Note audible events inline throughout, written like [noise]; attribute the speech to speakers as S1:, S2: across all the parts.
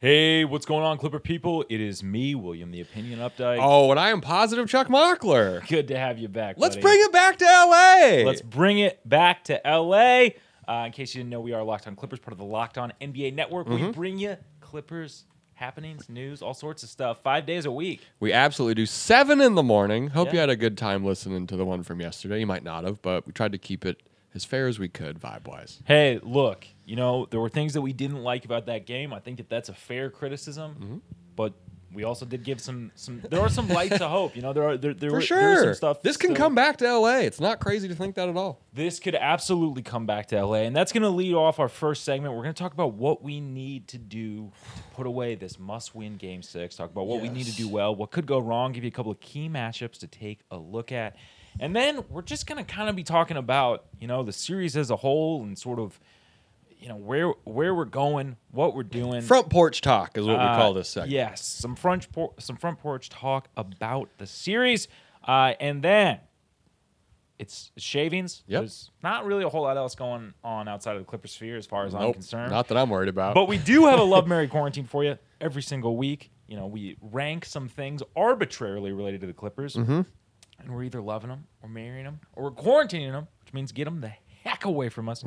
S1: Hey, what's going on, Clipper people? It is me, William the Opinion Updike.
S2: Oh, and I am positive Chuck Mockler.
S1: Good to have you back.
S2: Let's
S1: buddy.
S2: bring it back to LA.
S1: Let's bring it back to LA. Uh, in case you didn't know, we are Locked On Clippers, part of the Locked On NBA Network. We bring you Clippers happenings, news, all sorts of stuff, five days a week.
S2: we absolutely do seven in the morning. Hope you
S1: Yeah.
S2: had a good time listening to the one from yesterday. You might not have, but we tried to keep it as fair as we could, vibe wise.
S1: Hey, look, you know there were things that we didn't like about that game. I think that that's a fair criticism, but. We also did give some some. There are some lights of hope. You know, there are there, there,
S2: For
S1: were, there was
S2: sure.
S1: some stuff.
S2: this can
S1: still-
S2: come back to LA. It's not crazy to think that at all.
S1: this could absolutely come back to LA. And that's going to lead off our first segment. We're going to talk about what we need to do to put away this must win game six, talk about what we need to
S2: Yes.
S1: do well, what could go wrong, give you a couple of key matchups to take a look at. And then we're just going to kind of be talking about, you know, the series as a whole and sort of, you know, where where we're going, what we're doing.
S2: Front porch talk is what we
S1: Mm. Uh,
S2: call this segment.
S1: Yes, some front por- some front porch talk about the series, uh, and then it's shavings.
S2: Yep.
S1: There's not really a whole lot else going on outside of the Clipper sphere, as far as I'm
S2: Nope,
S1: concerned.
S2: not that I'm worried about.
S1: but we do have a love Mary quarantine for you every single week. You know, we rank some things arbitrarily related to the Clippers, and we're either loving them or marrying them or we're quarantining them, which means get them the heck away from us.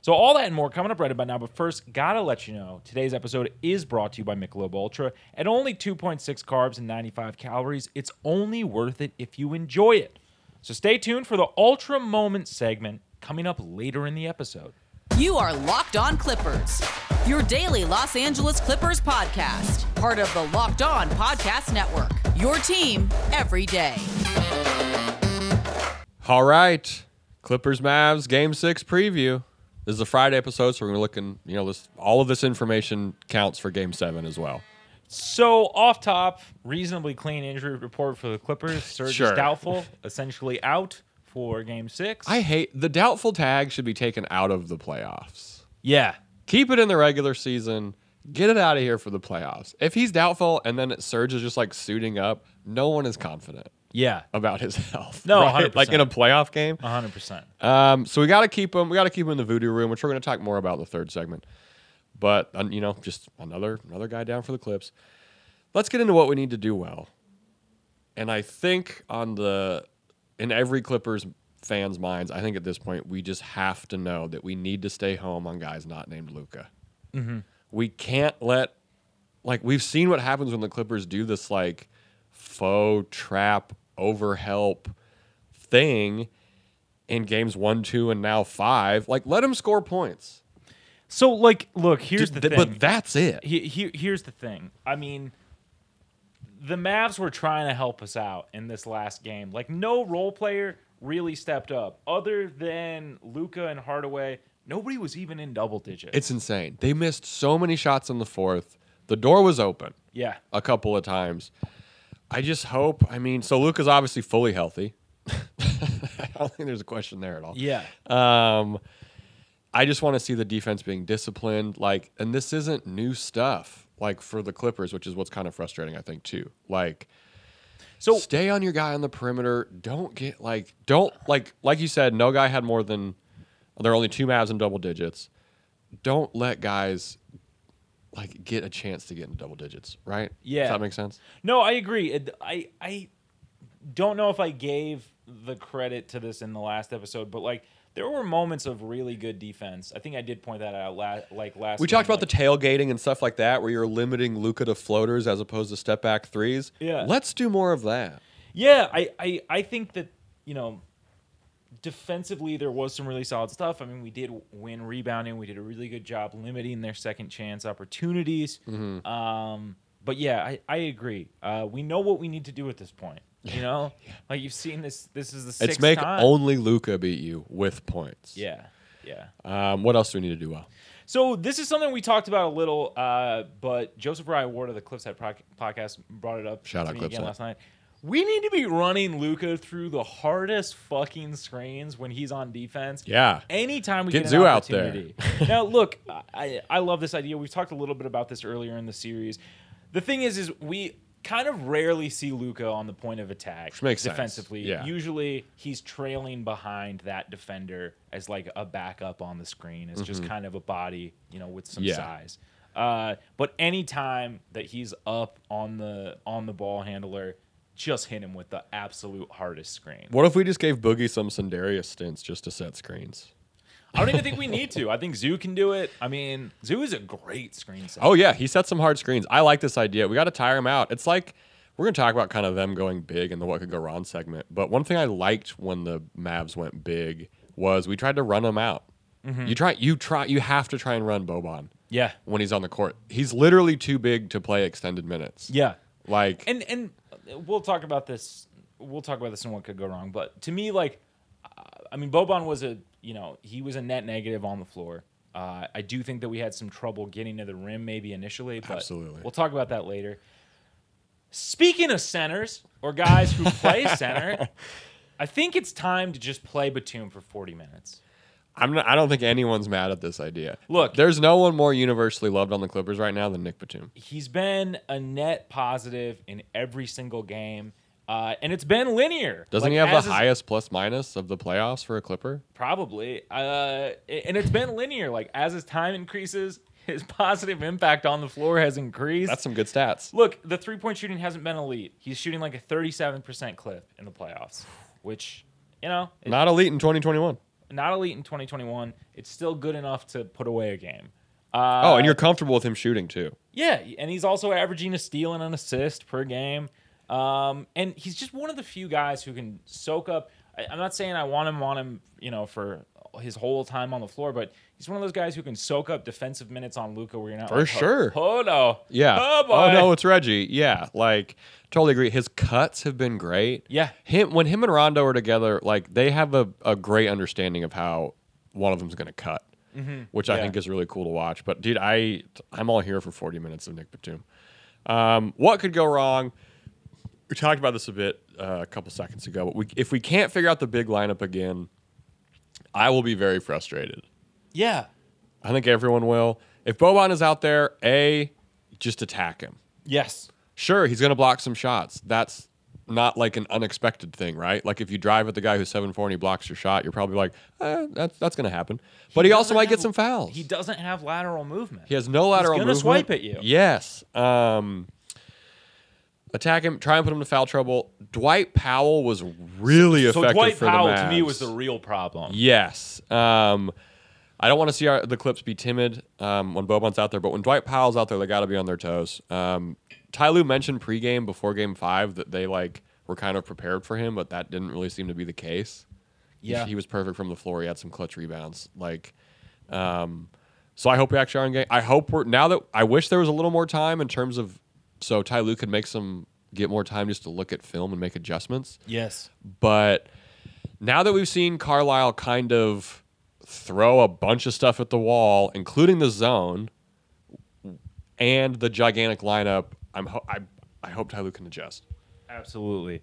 S1: So all that and more coming up right about now. But first, gotta let you know today's episode is brought to you by Michelob Ultra. At only 2.6 carbs and 95 calories, it's only worth it if you enjoy it. So stay tuned for the Ultra Moment segment coming up later in the episode.
S3: You are Locked On Clippers, your daily Los Angeles Clippers podcast, part of the Locked On Podcast Network. Your team every day.
S2: All right, Clippers Mavs Game Six preview. This is a Friday episode, so we're looking. You know, this all of this information counts for Game Seven as well.
S1: So off top, reasonably clean injury report for the Clippers. Serge
S2: Sure.
S1: is doubtful, [laughs] essentially out for Game Six.
S2: I hate the doubtful tag should be taken out of the playoffs.
S1: yeah,
S2: Keep it in the regular season. Get it out of here for the playoffs. If he's doubtful and then Surge is just like suiting up, no one is confident
S1: yeah,
S2: about his [laughs] health.
S1: No,
S2: right?
S1: 100%.
S2: like in a playoff game.
S1: hundred percent.
S2: Um, so we got to keep him. We got to keep him in the voodoo room, which we're going to talk more about in the third segment. But um, you know, just another another guy down for the clips. Let's get into what we need to do well. And I think on the in every Clippers fans' minds, I think at this point we just have to know that we need to stay home on guys not named Luca. We can't let like we've seen what happens when the Clippers do this like faux trap overhelp thing in games one, two, and now five. Like, let him score points.
S1: So like, look, here's the
S2: Th-
S1: thing.
S2: But that's it.
S1: he, he- here's the thing. I mean, the Mavs were trying to help us out in this last game. Like, no role player really stepped up, other than Luca and Hardaway. Nobody was even in double digits.
S2: It's insane. They missed so many shots in the fourth. The door was open
S1: yeah,
S2: a couple of times. I just hope. I mean, so Luca's obviously fully healthy. [laughs] I don't think there's a question there at all.
S1: yeah.
S2: Um, I just want to see the defense being disciplined. Like, and this isn't new stuff. Like for the Clippers, which is what's kind of frustrating, I think too. Like,
S1: So
S2: stay on your guy on the perimeter. Don't get like don't like like you said. No guy had more than there are only two Mavs in double digits. Don't let guys like get a chance to get into double digits. Right?
S1: Yeah.
S2: Does that make sense?
S1: No, I agree. It- I I don't know if I gave the credit to this in the last episode, but like there were moments of really good defense. I think I did point that out la- like last.
S2: We
S1: game,
S2: talked about the
S1: like-
S2: tailgating and stuff like that, where you're limiting Luca to floaters as opposed to step back threes.
S1: Yeah.
S2: Let's do more of that.
S1: yeah, I, I I think that you know defensively there was some really solid stuff. I mean, we did win rebounding. We did a really good job limiting their second chance opportunities.
S2: Mm-hmm.
S1: Um, but yeah, I, I agree. Uh, we know what we need to do at this point. You
S2: [laughs]
S1: know, like you've seen this. This is the sixth
S2: it's make
S1: time.
S2: only Luca beat you with points.
S1: Yeah, yeah.
S2: Um, what else do we need to do well?
S1: So this is something we talked about a little, uh, but Joseph Ryan Ward of the Clipside Proc- podcast brought it up.
S2: Shout
S1: to
S2: out
S1: me again
S2: Clipside.
S1: last night. We need to be running Luca through the hardest fucking screens when he's on defense.
S2: Yeah.
S1: Anytime we get,
S2: Get
S1: an
S2: Zoo out there.
S1: opportunity.
S2: [laughs]
S1: now look, I I love this idea. We've talked a little bit about this earlier in the series. The thing is, is we kind of rarely see Luca on the point of attack
S2: Which makes sense.
S1: defensively.
S2: Yeah.
S1: Usually he's trailing behind that defender as like a backup on the screen. It's just kind of a body, you know, with some
S2: Mm-hmm. Yeah.
S1: size. Uh, but anytime that he's up on the on the ball handler, just hit him with the absolute hardest screen.
S2: What if we just gave Boogie some Sundarius stints just to set screens?
S1: I don't even think we need to. I think Zoo can do it. I mean, Zoo is a great screen set.
S2: Oh yeah, he set some hard screens. I like this idea. We got to tire him out. It's like we're gonna talk about kind of them going big in the what could go wrong segment. But one thing I liked when the Mavs went big was we tried to run him out.
S1: Mm-hmm.
S2: You try, you try, you have to try and run Boban
S1: yeah,
S2: when he's on the court. He's literally too big to play extended minutes.
S1: yeah.
S2: like
S1: and and we'll talk about this. We'll talk about this and what could go wrong. But to me, like, uh, I mean, Boban was a you know he was a net negative on the floor. Uh, I do think that we had some trouble getting to the rim maybe initially, but
S2: Absolutely.
S1: we'll talk about that later. Speaking of centers or guys who play center, I think it's time to just play Batum for 40 minutes.
S2: I'm not, I don't think anyone's mad at this idea.
S1: Look-
S2: there's no one more universally loved on the Clippers right now than Nick Batum.
S1: he's been a net positive in every single game, uh, and it's been linear.
S2: Doesn't
S1: Like,
S2: he have
S1: as
S2: the
S1: is-
S2: highest plus minus of the playoffs for a Clipper?
S1: Probably, uh, and it's been linear. Like as his time increases, [laughs] his positive impact on the floor has increased.
S2: That's some good stats.
S1: Look, the three point shooting hasn't been elite. He's shooting like a thirty-seven percent clip in the playoffs, which you know, it-
S2: Not elite in 2021.
S1: not elite in twenty twenty-one. It's still good enough to put away a game.
S2: oh, and you're comfortable with him shooting too.
S1: Yeah, and he's also averaging a steal and an assist per game. Um, and he's just one of the few guys who can soak up. I, I'm not saying I want him on him, you know, for his whole time on the floor, but he's one of those guys who can soak up defensive minutes on Luca where you're not
S2: For
S1: like,
S2: sure.
S1: Oh, oh no,
S2: Yeah.
S1: oh boy,
S2: no, it's Reggie. Yeah. Like totally agree. His cuts have been great.
S1: Yeah.
S2: Him when him and Rondo are together, like they have a, a great understanding of how one of them's gonna cut. Which I
S1: Mm-hmm. Yeah.
S2: think is really cool to watch. But dude, I I'm all here for 40 minutes of Nick Batum. Um, what could go wrong? We talked about this a bit uh, a couple seconds ago, but we, if we can't figure out the big lineup again, I will be very frustrated.
S1: yeah,
S2: I think everyone will. If Boban is out there, A, just attack him.
S1: yes,
S2: Sure, he's going to block some shots. That's not like an unexpected thing, right? Like if you drive at the guy who's 7 4 and he blocks your shot, you're probably like, eh, that's, that's going to happen. But he, also
S1: doesn't
S2: might
S1: have-
S2: get some fouls.
S1: He doesn't have lateral movement.
S2: He has no lateral
S1: He's gonna
S2: movement.
S1: swipe at you.
S2: Yes. Um, attack him, try and put him to foul trouble. Dwight Powell was really
S1: so
S2: effective
S1: Dwight
S2: for
S1: Powell
S2: the
S1: to me
S2: Mavs.
S1: was the real problem.
S2: Yes. Um, I don't want to see our, the Clips be timid um, when Boban's out there, but when Dwight Powell's out there, they got to be on their toes. Um, Ty Lue mentioned pregame before Game Five that they like were kind of prepared for him, but that didn't really seem to be the case. He-
S1: Yeah.
S2: he, was perfect from the floor. He had some clutch rebounds. Like, um, so I hope we actually are in game. I hope we're now that I wish there was a little more time in terms of so Ty Lue could make some get more time just to look at film and make adjustments.
S1: Yes,
S2: But now that we've seen Carlisle kind of throw a bunch of stuff at the wall, including the zone and the gigantic lineup, I'm ho- I, I hope Tyloo can adjust.
S1: Absolutely.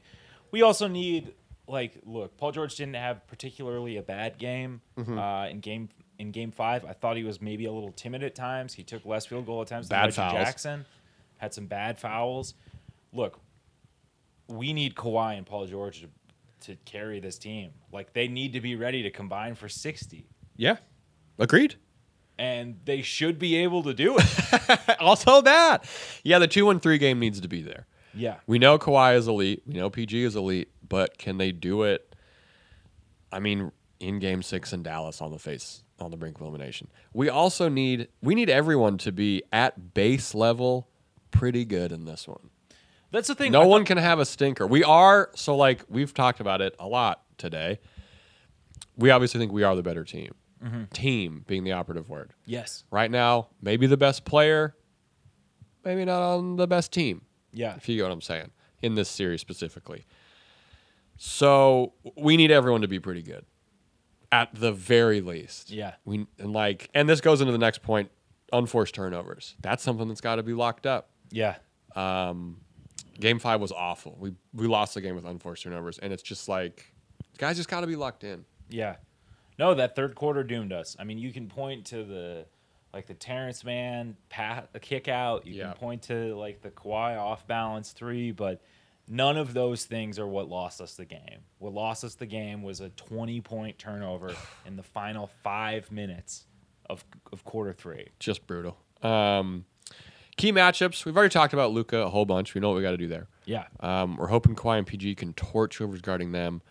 S1: We also need like look. Paul George didn't have particularly a bad game
S2: Mm-hmm.
S1: uh, in game in game five. I thought he was maybe a little timid at times. He took less field goal attempts than
S2: Bad
S1: Reggie
S2: fouls.
S1: Jackson. Had some bad fouls. Look, we need Kawhi and Paul George to, to carry this team. Like they need to be ready to combine for sixty,
S2: Yeah, agreed.
S1: and they should be able to do
S2: [laughs]
S1: it.
S2: also that, yeah, the two one three game needs to be there.
S1: yeah.
S2: We know Kawhi is elite. We know PG is elite, but can they do it? I mean, in Game Six in Dallas, on the face, on the brink of elimination. We also need we need everyone to be at base level, pretty good in this one.
S1: That's the thing.
S2: No
S1: I
S2: one can have a stinker. We are so like we've talked about it a lot today. We obviously think we are the better team. Team being the operative word.
S1: Yes.
S2: Right now, maybe the best player, maybe not on the best team
S1: Yeah.
S2: if you get what I'm saying, in this series specifically. So we need everyone to be pretty good, at the very least.
S1: Yeah.
S2: We and like, and this goes into the next point: unforced turnovers. That's something that's got to be locked up.
S1: Yeah.
S2: Game five was awful. We we lost the game with unforced turnovers, and it's just like, guys, just got to be locked in.
S1: Yeah. No, that third quarter doomed us. I mean, you can point to the like the Terrence man pat a kick out. You
S2: Yeah.
S1: can point to like the Kawhi off balance three, but none of those things are what lost us the game. What lost us the game was a twenty point turnover
S2: [sighs]
S1: in the final five minutes of of quarter three.
S2: Just brutal. Um, Key matchups. We've already talked about Luca a whole bunch. We know what we got to do there.
S1: Yeah.
S2: Um, we're hoping Kawhi and PG can torch whoever's guarding them.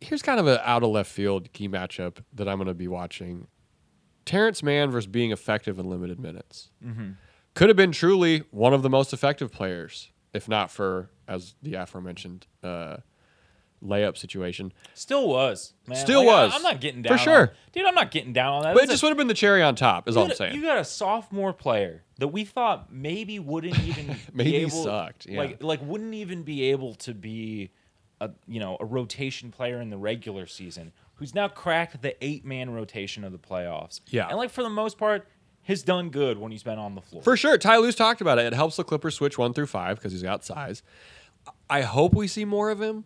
S2: Here's kind of an out of left field key matchup that I'm going to be watching Terrence Mann versus being effective in limited minutes.
S1: Mm-hmm.
S2: Could have been truly one of the most effective players, if not for, as the aforementioned uh, layup situation.
S1: Still was. Man.
S2: Still
S1: Like, I-
S2: was.
S1: I'm not getting
S2: For
S1: down. On,
S2: sure.
S1: dude, I'm not getting down on that.
S2: But it
S1: That's
S2: just
S1: a-
S2: would have been the cherry on top, is all
S1: you
S2: I'm
S1: got a- You
S2: saying.
S1: got a sophomore player that we thought maybe wouldn't
S2: [laughs]
S1: even
S2: Maybe
S1: be able,
S2: sucked, yeah.
S1: Like like wouldn't even be able to be a you know a rotation player in the regular season, who's now cracked the eight man rotation of the playoffs.
S2: Yeah.
S1: and like for the most part, has done good when he's been on the floor.
S2: For sure. Ty Lue's talked about it. It helps the Clippers switch one through five because he's got size. I hope we see more of him.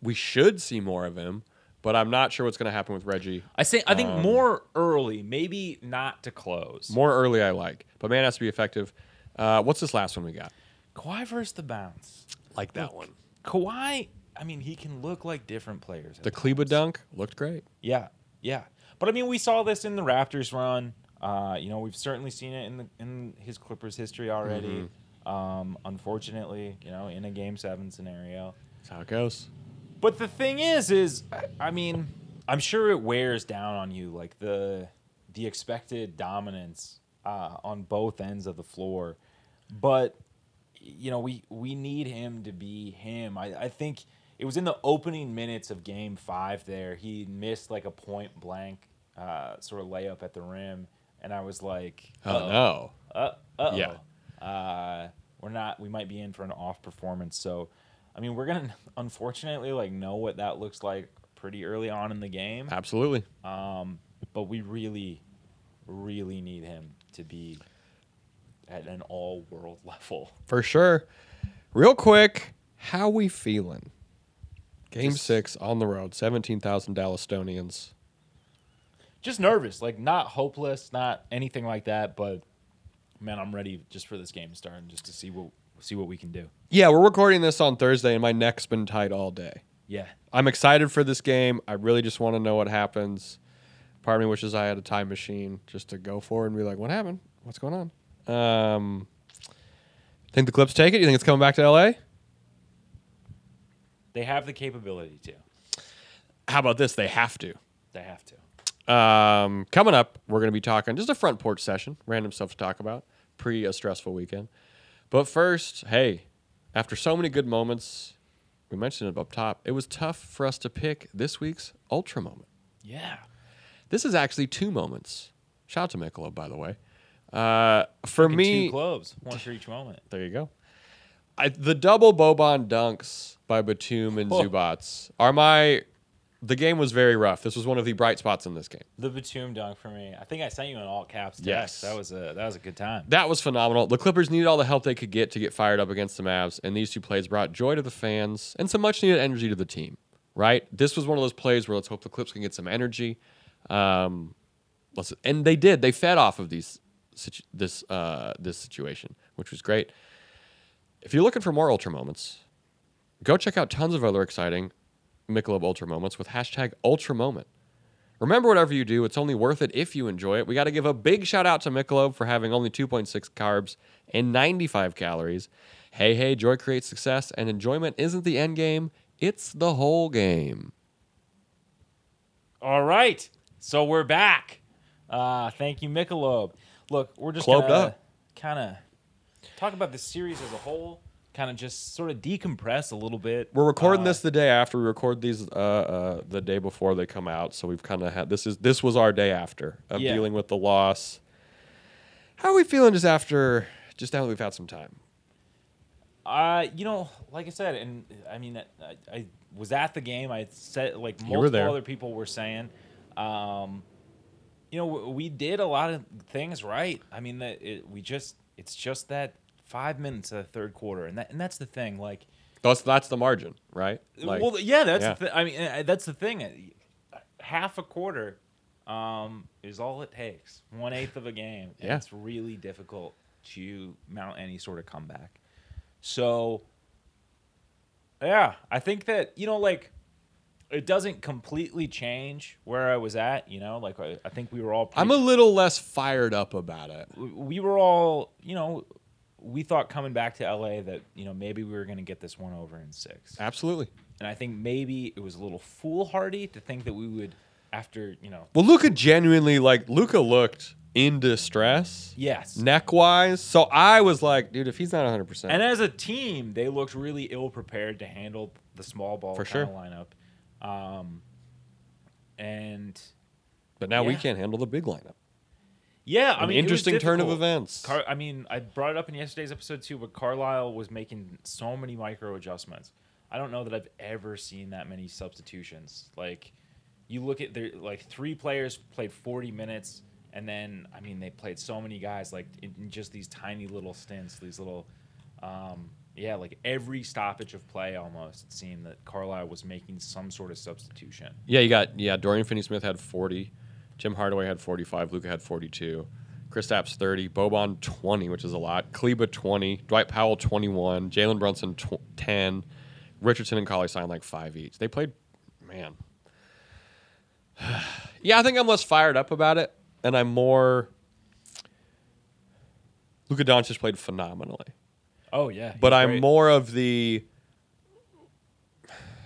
S2: We should see more of him, but I'm not sure what's going to happen with Reggie.
S1: I think I think more early, maybe not to close.
S2: Um, More early, I like, but man has to be effective. Uh, what's this last one we got?
S1: Kawhi versus the bounce.
S2: Like that one.
S1: Kawhi, I mean, he can look like different players. at
S2: The Kleba dunk looked great.
S1: Yeah, yeah. But I mean, we saw this in the Raptors run. Uh, you know, we've certainly seen it in the in his Clippers history already. Um, unfortunately, you know, in a Game Seven scenario.
S2: That's how it goes.
S1: But the thing is, is I- I mean, I'm sure it wears down on you, like the the expected dominance uh, on both ends of the floor. But you know, we we need him to be him. I, I think it was in the opening minutes of Game Five. There, he missed like a point blank uh, sort of layup at the rim, and I was like,
S2: Oh, no.
S1: uh, uh-oh.
S2: Yeah.
S1: Uh, we're not. We might be in for an off performance. So, I mean, we're gonna [laughs] unfortunately like know what that looks like pretty early on in the game.
S2: Absolutely.
S1: But we really, really need him to be at an all world [laughs] level.
S2: For sure. Real quick, how we feeling? Game six on the road, 17,000 Dallastonians.
S1: Just nervous, like not hopeless, not anything like that. But man, I'm ready just for this game to start and just to see what see what we can do.
S2: Yeah, we're recording this on Thursday, and my neck's been tight all day.
S1: Yeah.
S2: I'm excited for this game. I really just want to know what happens. Part of me wishes I had a time machine just to go forward and be like, what happened? What's going on? Um, think the Clips take it? You think it's coming back to LA?
S1: They have the capability to.
S2: How about this? They have to.
S1: They have to.
S2: Um, coming up, we're going to be talking just a front porch session, random stuff to talk about pre a stressful weekend. But first, hey, after so many good moments, we mentioned it up top, it was tough for us to pick this week's Ultra moment.
S1: Yeah.
S2: This is actually two moments. Shout out to Michelob, by the way. Uh, for
S1: two
S2: me,
S1: clubs, one for each moment.
S2: there you go. I, the double Boban dunks by Batum and
S1: Oh.
S2: Zubats are my. The game was very rough. This was one of the bright spots in this game.
S1: The Batum dunk for me. I think I sent you an all caps text.
S2: Yes.
S1: That was a that was a good time.
S2: That was phenomenal. The Clippers needed all the help they could get to get fired up against the Mavs, and these two plays brought joy to the fans and some much needed energy to the team, right? This was one of those plays where let's hope the Clips can get some energy. Um, let's, and they did. They fed off of these situ- this uh, this situation, which was great. If you're looking for more Ultra moments, go check out tons of other exciting Michelob Ultra moments with hashtag Ultra Moment. Remember, whatever you do, it's only worth it if you enjoy it. We got to give a big shout out to Michelob for having only 2.6 carbs and 95 calories. Hey, hey, joy creates success, and enjoyment isn't the end game; it's the whole game.
S1: All right. So we're back. Uh thank you, Michelob. Look, we're just
S2: Clobed
S1: gonna
S2: up.
S1: kinda talk about the series as a whole, kinda just sort of decompress a little bit.
S2: We're recording this the day after. We record these uh, uh, the day before they come out, so we've kind of had this is this was our day after of
S1: Yeah.
S2: dealing with the loss. How are we feeling just after? Just now that we've had some time.
S1: Uh, you know, like I said, and I mean, I, I was at the game. I said like
S2: were
S1: multiple
S2: there.
S1: other people were saying, um, you know, w- we did a lot of things right. I mean, that it, we just it's just that five minutes of the third quarter, and that and that's the thing. Like,
S2: That's that's the margin, right? Like-
S1: well, yeah, that's
S2: yeah.
S1: The th- I mean, uh, that's the thing. Uh, Half a quarter um, is all it takes. One eighth of a game. And
S2: Yeah.
S1: it's really difficult to mount any sort of comeback. So, yeah, I think that you know, like, it doesn't completely change where I was at. You know, like I, I think we were all. Pretty,
S2: I'm a little less fired up about it.
S1: we were all. You know, we thought coming back to LA that you know maybe we were going to get this one over in six,
S2: Absolutely.
S1: and I think maybe it was a little foolhardy to think that we would after you know.
S2: Well, Luca genuinely like Luca looked in distress.
S1: Yes.
S2: Neck wise. So I was like, dude, if he's not 100 percent
S1: And as a team, they looked really ill prepared to handle the small ball
S2: For
S1: kinda
S2: sure.
S1: lineup. Um, and
S2: But now we
S1: Yeah.
S2: can't handle the big lineup.
S1: yeah, I
S2: An
S1: mean, it was
S2: interesting turn of
S1: difficult.
S2: events.
S1: Car- I mean, I brought it up in yesterday's episode too, but Carlisle was making so many micro adjustments. I don't know that I've ever seen that many substitutions. Like, you look at their like three players played 40 minutes, and then I mean they played so many guys like in, in just these tiny little stints, these little, um, yeah, like every stoppage of play almost it seemed that Carlisle was making some sort of substitution.
S2: Yeah, you got yeah. Dorian Finney-Smith had 40, Jim Hardaway had 45, Luca had 42, Chris Stapps 30, Boban 20, which is a lot, Kleba 20, Dwight Powell 21, Jalen Brunson tw- 10, Richardson and Colley signed like five each. They played, man. [sighs] yeah, I think I'm less fired up about it, and I'm more. Luka Doncic played phenomenally
S1: Oh yeah,
S2: but I'm more of the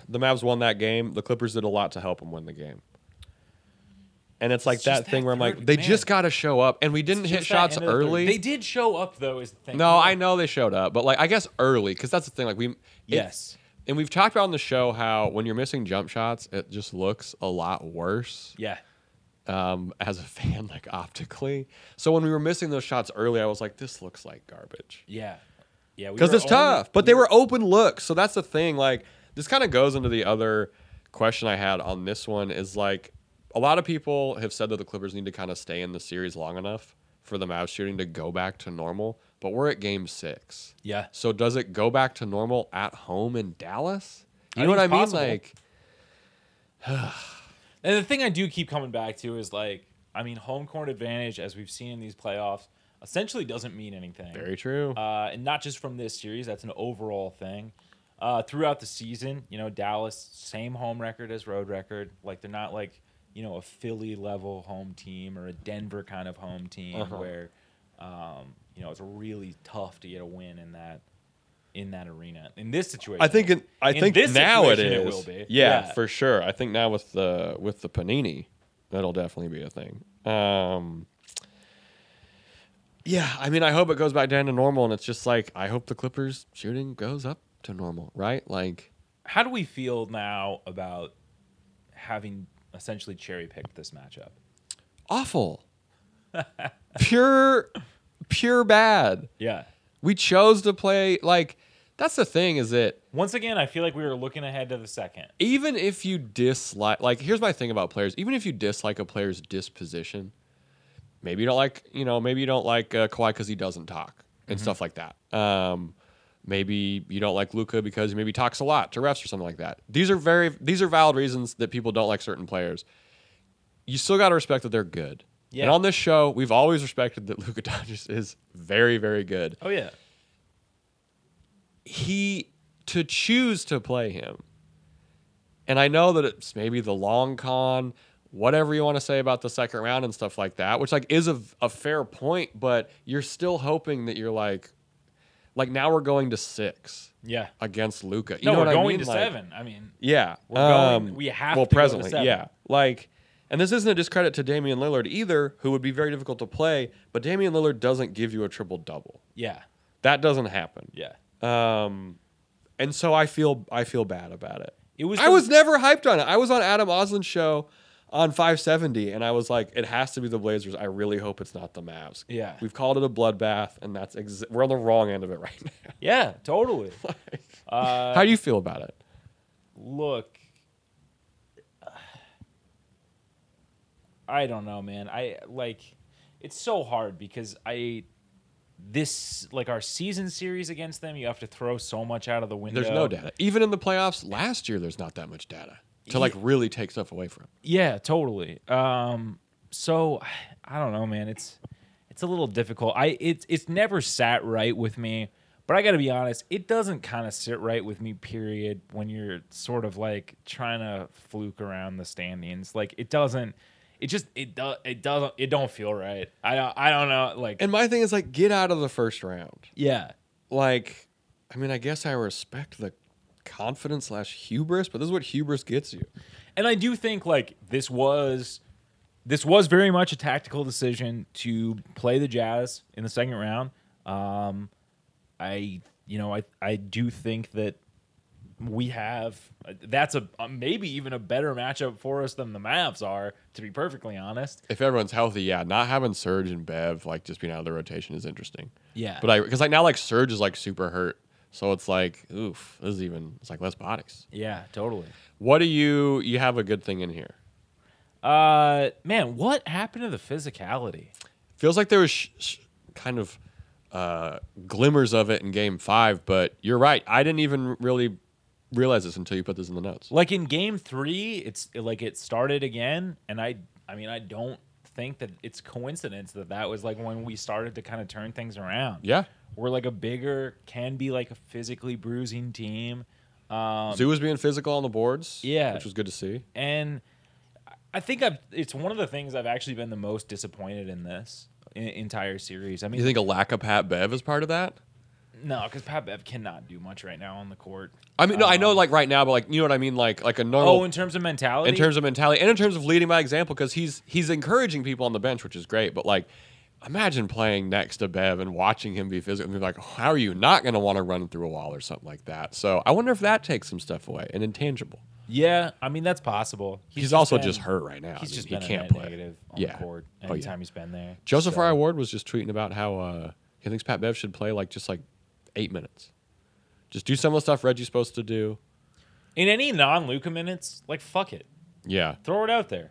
S2: the Mavs won that game. The Clippers did a lot to help them win the game. And it's like
S1: It's just
S2: that thing
S1: that
S2: where I'm like,
S1: third
S2: they
S1: man.
S2: just got to show up. And we didn't hit shots early.
S1: They did show up though, is the thing.
S2: no, I know they showed up, but like I guess early because that's the thing. Like we it-
S1: Yes.
S2: and we've talked about on the show how when you're missing jump shots, it just looks a lot worse
S1: Yeah.
S2: um, as a fan, [laughs] like optically. So when we were missing those shots early, I was like, this looks like garbage.
S1: Yeah. Yeah.
S2: because it's tough. But they were open looks, so that's the thing. Like this kind of goes into the other question I had on this one is like a lot of people have said that the Clippers need to kind of stay in the series long enough for the Mavs shooting to go back to normal, but we're at Game Six.
S1: Yeah.
S2: So does it go back to normal at home in Dallas? You
S1: I think
S2: know what I
S1: it's
S2: mean?
S1: possible.
S2: Like
S1: And the thing I do keep coming back to is like, I mean, home court advantage, as we've seen in these playoffs, essentially doesn't mean anything.
S2: very true.
S1: Uh, and not just from this series, that's an overall thing. Uh, throughout the season, you know, Dallas, same home record as road record. Like, they're not like, you know, a Philly level home team or a Denver kind of home team
S2: Uh-huh.
S1: where, um, you know, it's really tough to get a win in that. In that arena, in this situation,
S2: I think in, I
S1: In
S2: think
S1: this
S2: now it is.
S1: situation, it will be.
S2: Yeah,
S1: Yeah.
S2: for sure. I think now with the with the panini, that'll definitely be a thing. Um, yeah, I mean, I hope it goes back down to normal, and it's just like I hope the Clippers shooting goes up to normal, right? Like,
S1: how do we feel now about having essentially cherry picked this matchup? [laughs]
S2: awful, pure, pure bad.
S1: Yeah.
S2: We chose to play like that's the thing is that
S1: Once again, I feel like we were looking ahead to the second.
S2: even if you dislike like here's my thing about players even if you dislike a player's disposition maybe you don't like you know maybe you don't like uh, Kawhi because he doesn't talk and stuff like that um maybe you don't like Luca because he maybe talks a lot to refs or something like that these are very these are valid reasons that people don't like certain players you still got to respect that they're good
S1: Yeah.
S2: and on this show we've always respected that [laughs] Luca Doncic is very very good
S1: Oh yeah.
S2: he to choose to play him. And I know that it's maybe the long con, whatever you want to say about the second round and stuff like that, which like is a, a fair point, but you're still hoping that you're like, like now we're going to six
S1: Yeah.
S2: against Luca. You
S1: no,
S2: know
S1: we're
S2: what
S1: going
S2: I mean?
S1: to
S2: Like,
S1: seven. I mean,
S2: yeah. um,
S1: We're going- we have
S2: well,
S1: to go to
S2: presently,
S1: seven.
S2: yeah. Like, and this isn't a discredit to Damian Lillard either, who would be very difficult to play, but Damian Lillard doesn't give you a triple double.
S1: yeah.
S2: That doesn't happen
S1: Yeah.
S2: and so I feel I feel bad about it.
S1: It was
S2: I
S1: the-
S2: was never hyped on it. I was on Adam Oslin's show on 570, and I was like, it has to be the Blazers. I really hope it's not the Mavs.
S1: Yeah.
S2: we've called it a bloodbath, and that's ex- we're on the wrong end of it [laughs] right now.
S1: Yeah,
S2: [laughs]
S1: totally.
S2: How do you feel about it?
S1: Look. I don't know, man. I like it's so hard because I this like our season series against them, you have to throw so much out of the window.
S2: There's no data. Even in the playoffs last year, there's not that much data to like really take stuff away from.
S1: Yeah, totally. Um, so I don't know, man. It's it's a little difficult. I it's it's never sat right with me, But I got to be honest, it doesn't kind of sit right with me, period, when you're sort of like trying to fluke around the standings. Like, it doesn't. It just it does it doesn't it don't feel right. I don't I don't know like
S2: And my thing is like, get out of the first round.
S1: yeah
S2: Like, I mean, I guess I respect the confidence slash hubris, but this is what hubris gets you.
S1: and I do think like this was this was very much a tactical decision to play the Jazz in the second round. Um, I you know I I do think that we have that's a, a maybe even a better matchup for us than the Mavs are to be perfectly honest.
S2: If everyone's healthy, yeah, not having Surge and Bev like just being out of the rotation is interesting.
S1: Yeah.
S2: but I because like now like Surge is like super hurt, so it's like oof, this is even it's like less bodies.
S1: Yeah, totally.
S2: What do you you have a good thing in here?
S1: Uh, man, what happened to the physicality?
S2: Feels like there was sh- sh- kind of uh, glimmers of it in Game Five, but you're right. I didn't even really realize this until you put this in the notes.
S1: Like in game three, it's like it started again, and I, I mean, I don't think that it's coincidence that that was like when we started to kind of turn things around.
S2: Yeah.
S1: we're like a bigger, can be like a physically bruising team, um,
S2: Zoo was being physical on the boards,
S1: Yeah.
S2: which was good to see.
S1: and I think I've. It's one of the things I've actually been the most disappointed in this in, entire series. I mean,
S2: You think a lack of Pat Bev is part of that?
S1: no, because Pat Bev cannot do much right now on the court.
S2: I mean, no, I
S1: Um,
S2: know like right now, but like you know what I mean, like like a normal
S1: Oh, in terms of mentality,
S2: in terms of mentality and in terms of leading by example because he's he's encouraging people on the bench which is great but like imagine playing next to bev and watching him be physical and be like how are you not going to want to run through a wall or something like that so i wonder if that takes some stuff away and intangible
S1: Yeah, I mean that's possible.
S2: He's also just hurt right now. I
S1: He's
S2: mean,
S1: just
S2: he
S1: been
S2: can't
S1: a net
S2: play.
S1: negative on
S2: Yeah.
S1: the court
S2: Oh, yeah.
S1: anytime he's been there.
S2: joseph
S1: So-
S2: r ward was just tweeting about how uh, he thinks pat bev should play like just like eight minutes just do some of the stuff reggie's supposed to do
S1: in any non-Luca minutes, like fuck it,
S2: yeah
S1: throw it out there.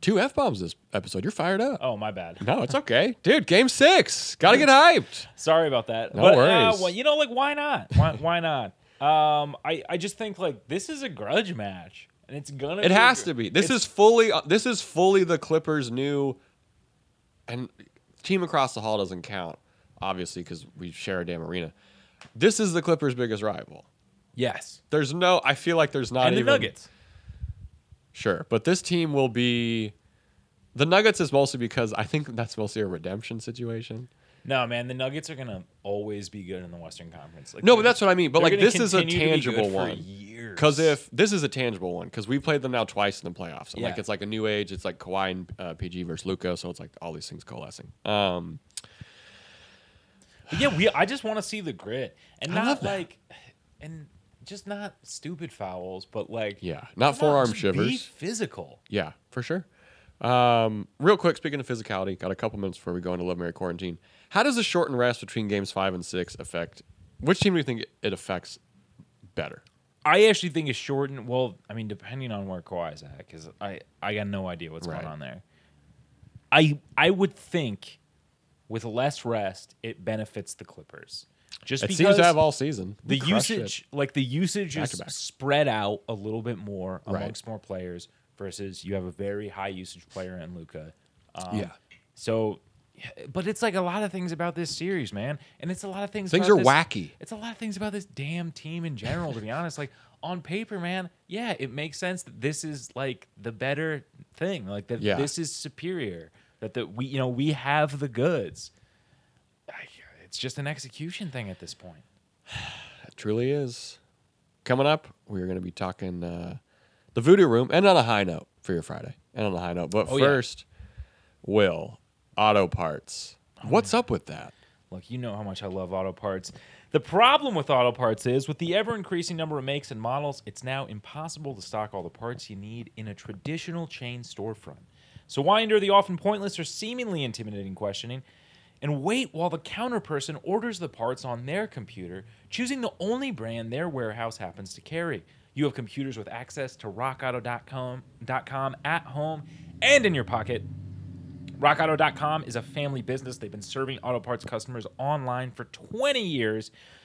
S2: two f-bombs this episode you're fired up
S1: Oh my bad. [laughs]
S2: no it's okay dude game six gotta get hyped
S1: Sorry about that.
S2: No
S1: but,
S2: worries.
S1: well, you know, like why not? Why, why not? [laughs] Um, I I just think like this is a grudge match, and it's gonna.
S2: It
S1: a
S2: has
S1: gr-
S2: to be. This
S1: it's-
S2: is fully. uh, This is fully the Clippers' new, and team across the hall doesn't count, obviously, because we share a damn arena. This is the Clippers' biggest rival.
S1: yes,
S2: There's no. I feel like there's not
S1: and the
S2: even
S1: Nuggets.
S2: Sure, but this team will be. The Nuggets is mostly because I think that's mostly a redemption situation.
S1: No man, the Nuggets are gonna always be good in the Western Conference. Like,
S2: No, but
S1: they're-
S2: that's what I mean. But
S1: they're
S2: like
S1: gonna
S2: this is a
S1: continue to be good
S2: tangible
S1: for
S2: one.
S1: years.
S2: Because if this is a tangible one, because we played them now twice in the playoffs, and like
S1: Yeah.
S2: it's like a new age. It's like Kawhi and uh, PG versus Luca, so it's like all these things coalescing. Um,
S1: But yeah, we. I just want to see the grit and
S2: I
S1: not
S2: love that.
S1: like, and just not stupid fouls, but like
S2: yeah, not forearm
S1: just
S2: shivers.
S1: Be physical.
S2: Yeah, for sure. Um, real quick, speaking of physicality, got a couple minutes before we go into Love Mary Quarantine. How does the short and rest between games five and six affect? Which team do you think it affects better?
S1: I actually think it's shortened. Well, I mean, depending on where Kawhi's at, because I I got no idea what's
S2: Right.
S1: going on there. I I would think with less rest, it benefits the Clippers. Just
S2: It
S1: because
S2: seems to have all season.
S1: the
S2: We crushed it.
S1: usage like the usage
S2: Back
S1: is
S2: to back.
S1: spread out a little bit more
S2: Right.
S1: amongst more players versus you have a very high usage player in Luca. Um,
S2: Yeah.
S1: So, but it's like a lot of things about this series, man, and it's a lot of things.
S2: Things
S1: about
S2: are
S1: this-
S2: wacky.
S1: It's a lot of things about this damn team in general. To be honest, like on paper, man, yeah, it makes sense that this is like the better thing. Like that,
S2: Yeah.
S1: this is superior. That that we you know we have the goods. I- It's just an execution thing at this point.
S2: It truly is. Coming up, we are going to be talking uh, the Voodoo Room, and on a high note for your Friday, and on a high note. But
S1: Oh, yeah.
S2: first, Will Auto Parts.
S1: Oh,
S2: What's up with that?
S1: Look, you know how much I love auto parts. The problem with auto parts is, with the ever increasing number of makes and models, it's now impossible to stock all the parts you need in a traditional chain storefront. So, why endure the often pointless or seemingly intimidating questioning and wait while the counter person orders the parts on their computer, choosing the only brand their warehouse happens to carry? You have computers with access to rockauto.com dot com at home and in your pocket RockAuto.com is a family business. They've been serving auto parts customers online for 20 years.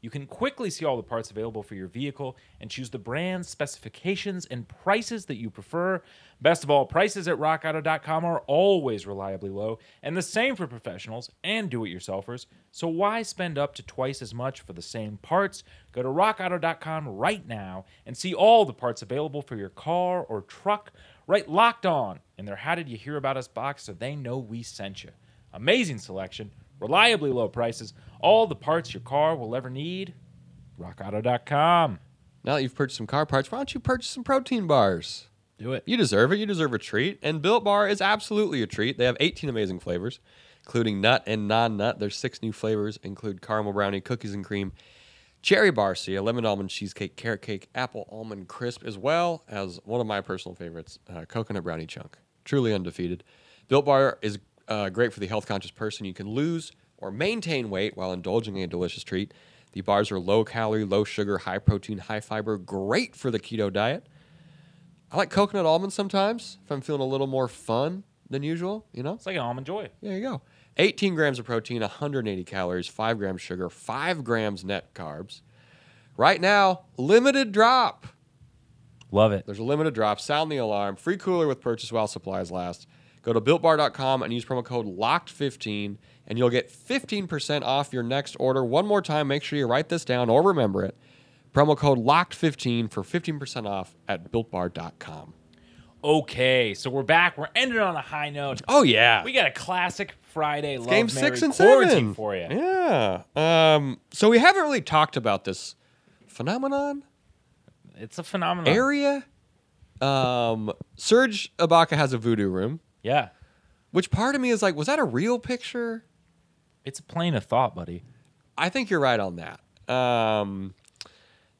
S1: You can quickly see all the parts available for your vehicle and choose the brands, specifications, and prices that you prefer. Best of all, prices at rockauto.com are always reliably low, and the same for professionals and do it yourselfers. So why spend up to twice as much for the same parts? Go to rockauto.com right now and see all the parts available for your car or truck. Right locked on in their How Did You Hear About Us box so they know we sent you. Amazing selection, reliably low prices, all the parts your car will ever need. RockAuto.com.
S2: Now that you've purchased some car parts, why don't you purchase some protein bars?
S1: Do it.
S2: You deserve it. You deserve a treat. And Built Bar is absolutely a treat. They have 18 amazing flavors, including nut and non-nut. Their six new flavors include caramel brownie, cookies and cream, cherry barcia, lemon almond cheesecake, carrot cake, apple almond crisp, as well as one of my personal favorites, uh, coconut brownie chunk. Truly undefeated. Built Bar is uh, great for the health-conscious person. You can lose or maintain weight while indulging in a delicious treat. The bars are low calorie, low sugar, high protein, high fiber, great for the keto diet. I like coconut almonds sometimes if I'm feeling a little more fun than usual, you know?
S1: It's like an almond joy.
S2: There you go. 18 grams of protein, 180 calories, 5 grams sugar, 5 grams net carbs. Right now, limited drop.
S1: Love it.
S2: There's a limited drop. Sound the alarm. Free cooler with purchase while supplies last. Go to builtbar.com and use promo code LOCKED15 and you'll get 15% off your next order. One more time, make sure you write this down or remember it. Promo code LOCKED15 for 15% off at builtbar.com.
S1: Okay, so we're back. We're ending on a high note.
S2: Oh yeah.
S1: We got a classic Friday love
S2: game
S1: Mary,
S2: six and
S1: quarantine
S2: seven
S1: for you.
S2: Yeah. Um, so we haven't really talked about this phenomenon
S1: It's a phenomenon.
S2: area. Um, Serge Ibaka has a voodoo room,
S1: Yeah.
S2: which part of me is like, was that a real picture?
S1: It's a plane of thought, buddy.
S2: I think you're right on that. Um,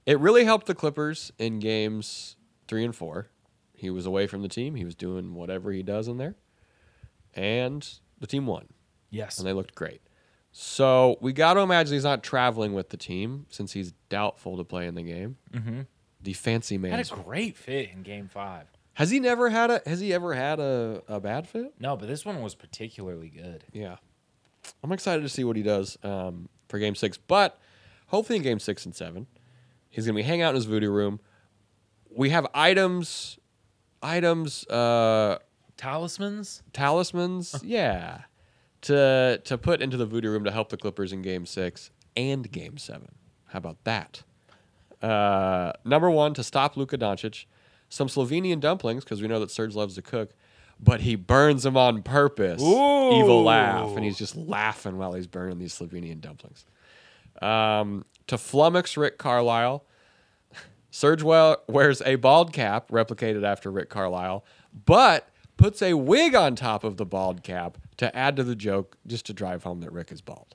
S2: it really helped the Clippers in games three and four. He was away from the team. He was doing whatever he does in there, and the team won.
S1: Yes.
S2: and they looked great. So we got to imagine he's not traveling with the team since he's doubtful to play in the game. Mm-hmm. The fancy man
S1: Had a great fit in game five.
S2: has he never had a has he ever had a, a bad fit?
S1: No, but this one was particularly good.
S2: Yeah, I'm excited to see what he does um, for Game Six, but hopefully in Game Six and Seven, he's gonna be hanging out in his voodoo room. We have items, items, uh,
S1: Talismans?
S2: talismans, yeah, to to put into the voodoo room to help the Clippers in Game Six and Game Seven. How about that? Uh, number one to stop Luka Doncic, some Slovenian dumplings because we know that Serge loves to cook, but he burns them on purpose. Evil laugh, and he's just laughing while he's burning these Slovenian dumplings. Um, to flummox Rick Carlisle. Serge well, wears a bald cap replicated after Rick Carlisle, but puts a wig on top of the bald cap to add to the joke just to drive home that Rick is bald.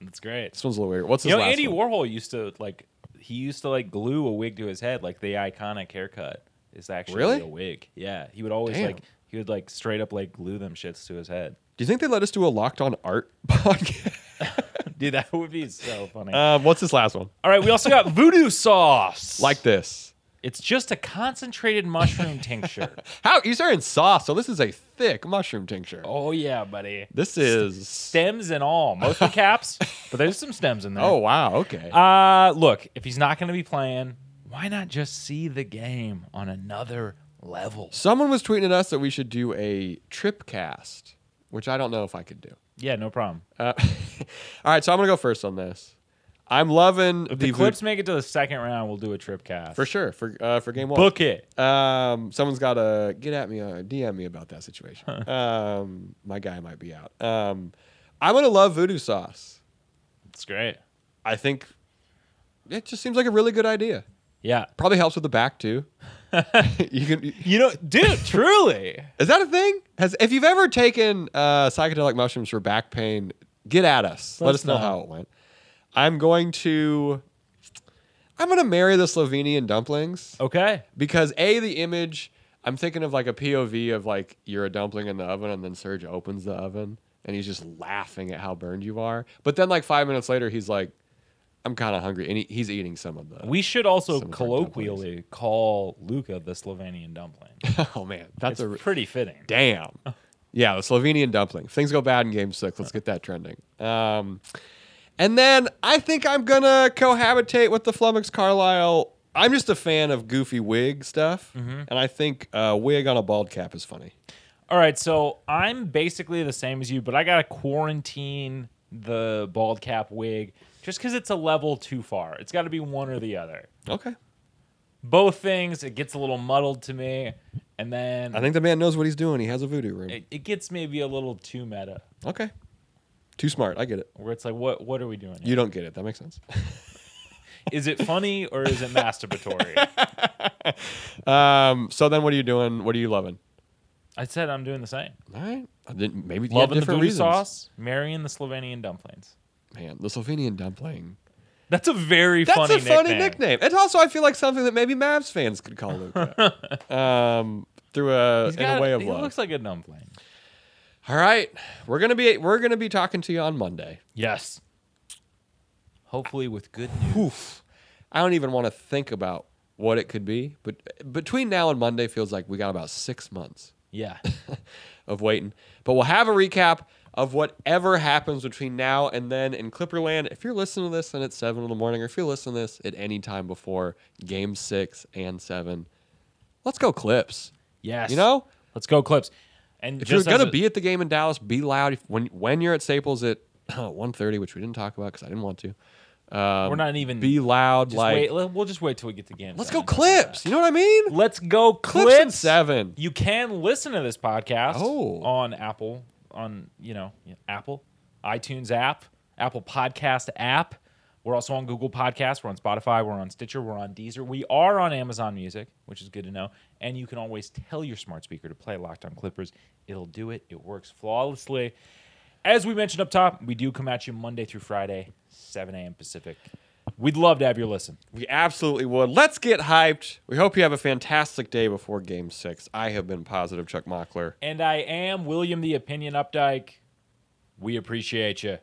S1: That's great.
S2: This one's a little weird. What's his
S1: You know,
S2: last
S1: Andy
S2: one?
S1: Warhol used to like he used to like glue a wig to his head, like the iconic haircut is actually
S2: Really?
S1: a wig. Yeah. He would always
S2: Damn.
S1: like he would like straight up like glue them shits to his
S2: [laughs]
S1: head.
S2: Do you think they let us do a locked on art [laughs] podcast?
S1: Dude, that would be so funny.
S2: um, what's his last one?
S1: All right, we also
S2: [laughs]
S1: got voodoo sauce.
S2: Like this.
S1: it's just a concentrated mushroom
S2: [laughs]
S1: tincture.
S2: How you started in sauce, so this is a thick mushroom tincture.
S1: Oh yeah, buddy.
S2: This is
S1: Stems and all, mostly caps, but there's some stems in there.
S2: Oh wow, okay.
S1: Uh, look, if he's not going to be playing, why not just see the game on another level?
S2: Someone was tweeting at us that we should do a trip cast, which I don't know if I could do.
S1: Yeah, no problem.
S2: Uh, all right, so I'm gonna go first on this. I'm loving
S1: If the,
S2: Vu-
S1: Clips make it to the second round, we'll do a trip cast.
S2: for sure for uh, for game one.
S1: Book it.
S2: Um, someone's got to get at me, uh, DM me about that situation. um, my guy might be out. Um, I'm gonna love voodoo sauce.
S1: It's great.
S2: I think it just seems like a really good idea.
S1: Yeah.
S2: Probably helps with the
S1: [laughs]
S2: back too. you can.
S1: You know, [laughs] dude, truly.
S2: Is that a thing? Has if you've ever taken uh, psychedelic mushrooms for back pain, get at us. Let,
S1: Let
S2: us
S1: us
S2: know
S1: know.
S2: how it went. I'm going to. I'm gonna marry the Slovenian dumplings
S1: Okay.
S2: because a the image I'm thinking of like a POV of like you're a dumpling in the oven and then Serge opens the oven and he's just laughing at how burned you are. But then like five minutes later he's like, I'm kind of hungry and he, he's eating some of the.
S1: We should also
S2: Some of our
S1: colloquially call Luca the Slovenian dumpling.
S2: [laughs] oh man, [laughs] that's
S1: It's
S2: a re-
S1: pretty fitting.
S2: damn. Yeah, the Slovenian dumpling. If things go bad in Game Six. Let's get that trending. Um, and then I think I'm gonna cohabitate with the Flummox Carlisle. I'm just a fan of goofy wig stuff,
S1: Mm-hmm.
S2: and I think uh, wig on a bald cap is funny.
S1: All right, so I'm basically the same as you, but I gotta quarantine the bald cap wig just because it's a level too far. It's got to be one or the other.
S2: Okay.
S1: Both things, it gets a little muddled to me, and then
S2: I think the man knows what he's doing. He has a voodoo room.
S1: it, it gets maybe a little too meta,
S2: Okay. Too smart. I get it.
S1: where it's like, what what are we doing?
S2: You
S1: Here?
S2: don't get it. That makes sense.
S1: Is it funny or is it masturbatory?
S2: Um, so then what are you doing? What are you loving?
S1: [laughs] I said I'm doing the same.
S2: All right. I didn't, maybe you have
S1: Loving the
S2: different
S1: voodoo
S2: reasons.
S1: sauce, marrying the Slovenian dumplings.
S2: Man, the Slovenian dumpling.
S1: That's a very
S2: That's
S1: funny
S2: a funny
S1: nickname.
S2: nickname. It's also, I feel like something that maybe Mavs fans could call
S1: [laughs]
S2: Luca. um, through a,
S1: He's
S2: in
S1: got-
S2: a way of
S1: he
S2: love.
S1: looks like a dumpling.
S2: All right. We're going to be, we're going to be talking to you on Monday.
S1: Yes. Hopefully with good news.
S2: Oof. I don't even want to think about what it could be, but between now and Monday feels like we got about six months.
S1: [laughs] Yeah.
S2: of waiting. But we'll have a recap of whatever happens between now and then in Clipperland. If you're listening to this and it's seven in the morning, or if you're listening to this at any time before game six and seven, let's go Clips.
S1: Yes.
S2: You know,
S1: Let's go clips. And
S2: if
S1: just
S2: you're gonna
S1: as a-
S2: be at the game in Dallas, be loud. If, when when you're at Staples at [clears throat] uh, 1.30, which we didn't talk about because I didn't want to. Um,
S1: We're not even-
S2: be loud.
S1: just
S2: Like
S1: wait, let- we'll just wait till we get the game.
S2: let's go
S1: done.
S2: Clips. You know what I mean?
S1: Let's go
S2: Clips
S1: clips.
S2: in seven.
S1: You can listen to this podcast
S2: Oh.
S1: on Apple on you know Apple iTunes app, Apple Podcast app. We're also on Google Podcasts. We're on Spotify. We're on Stitcher. We're on Deezer. We are on Amazon Music, which is good to know. And you can always tell your smart speaker to play Locked On Clippers. It'll do it. It works flawlessly. As we mentioned up top, we do come at you Monday through Friday, 7 a.m. Pacific. We'd love to have your listen.
S2: We absolutely would. Let's get hyped. We hope you have a fantastic day before game six. I have been positive, Chuck Mockler.
S1: And I am William the Opinion Updike. We appreciate you.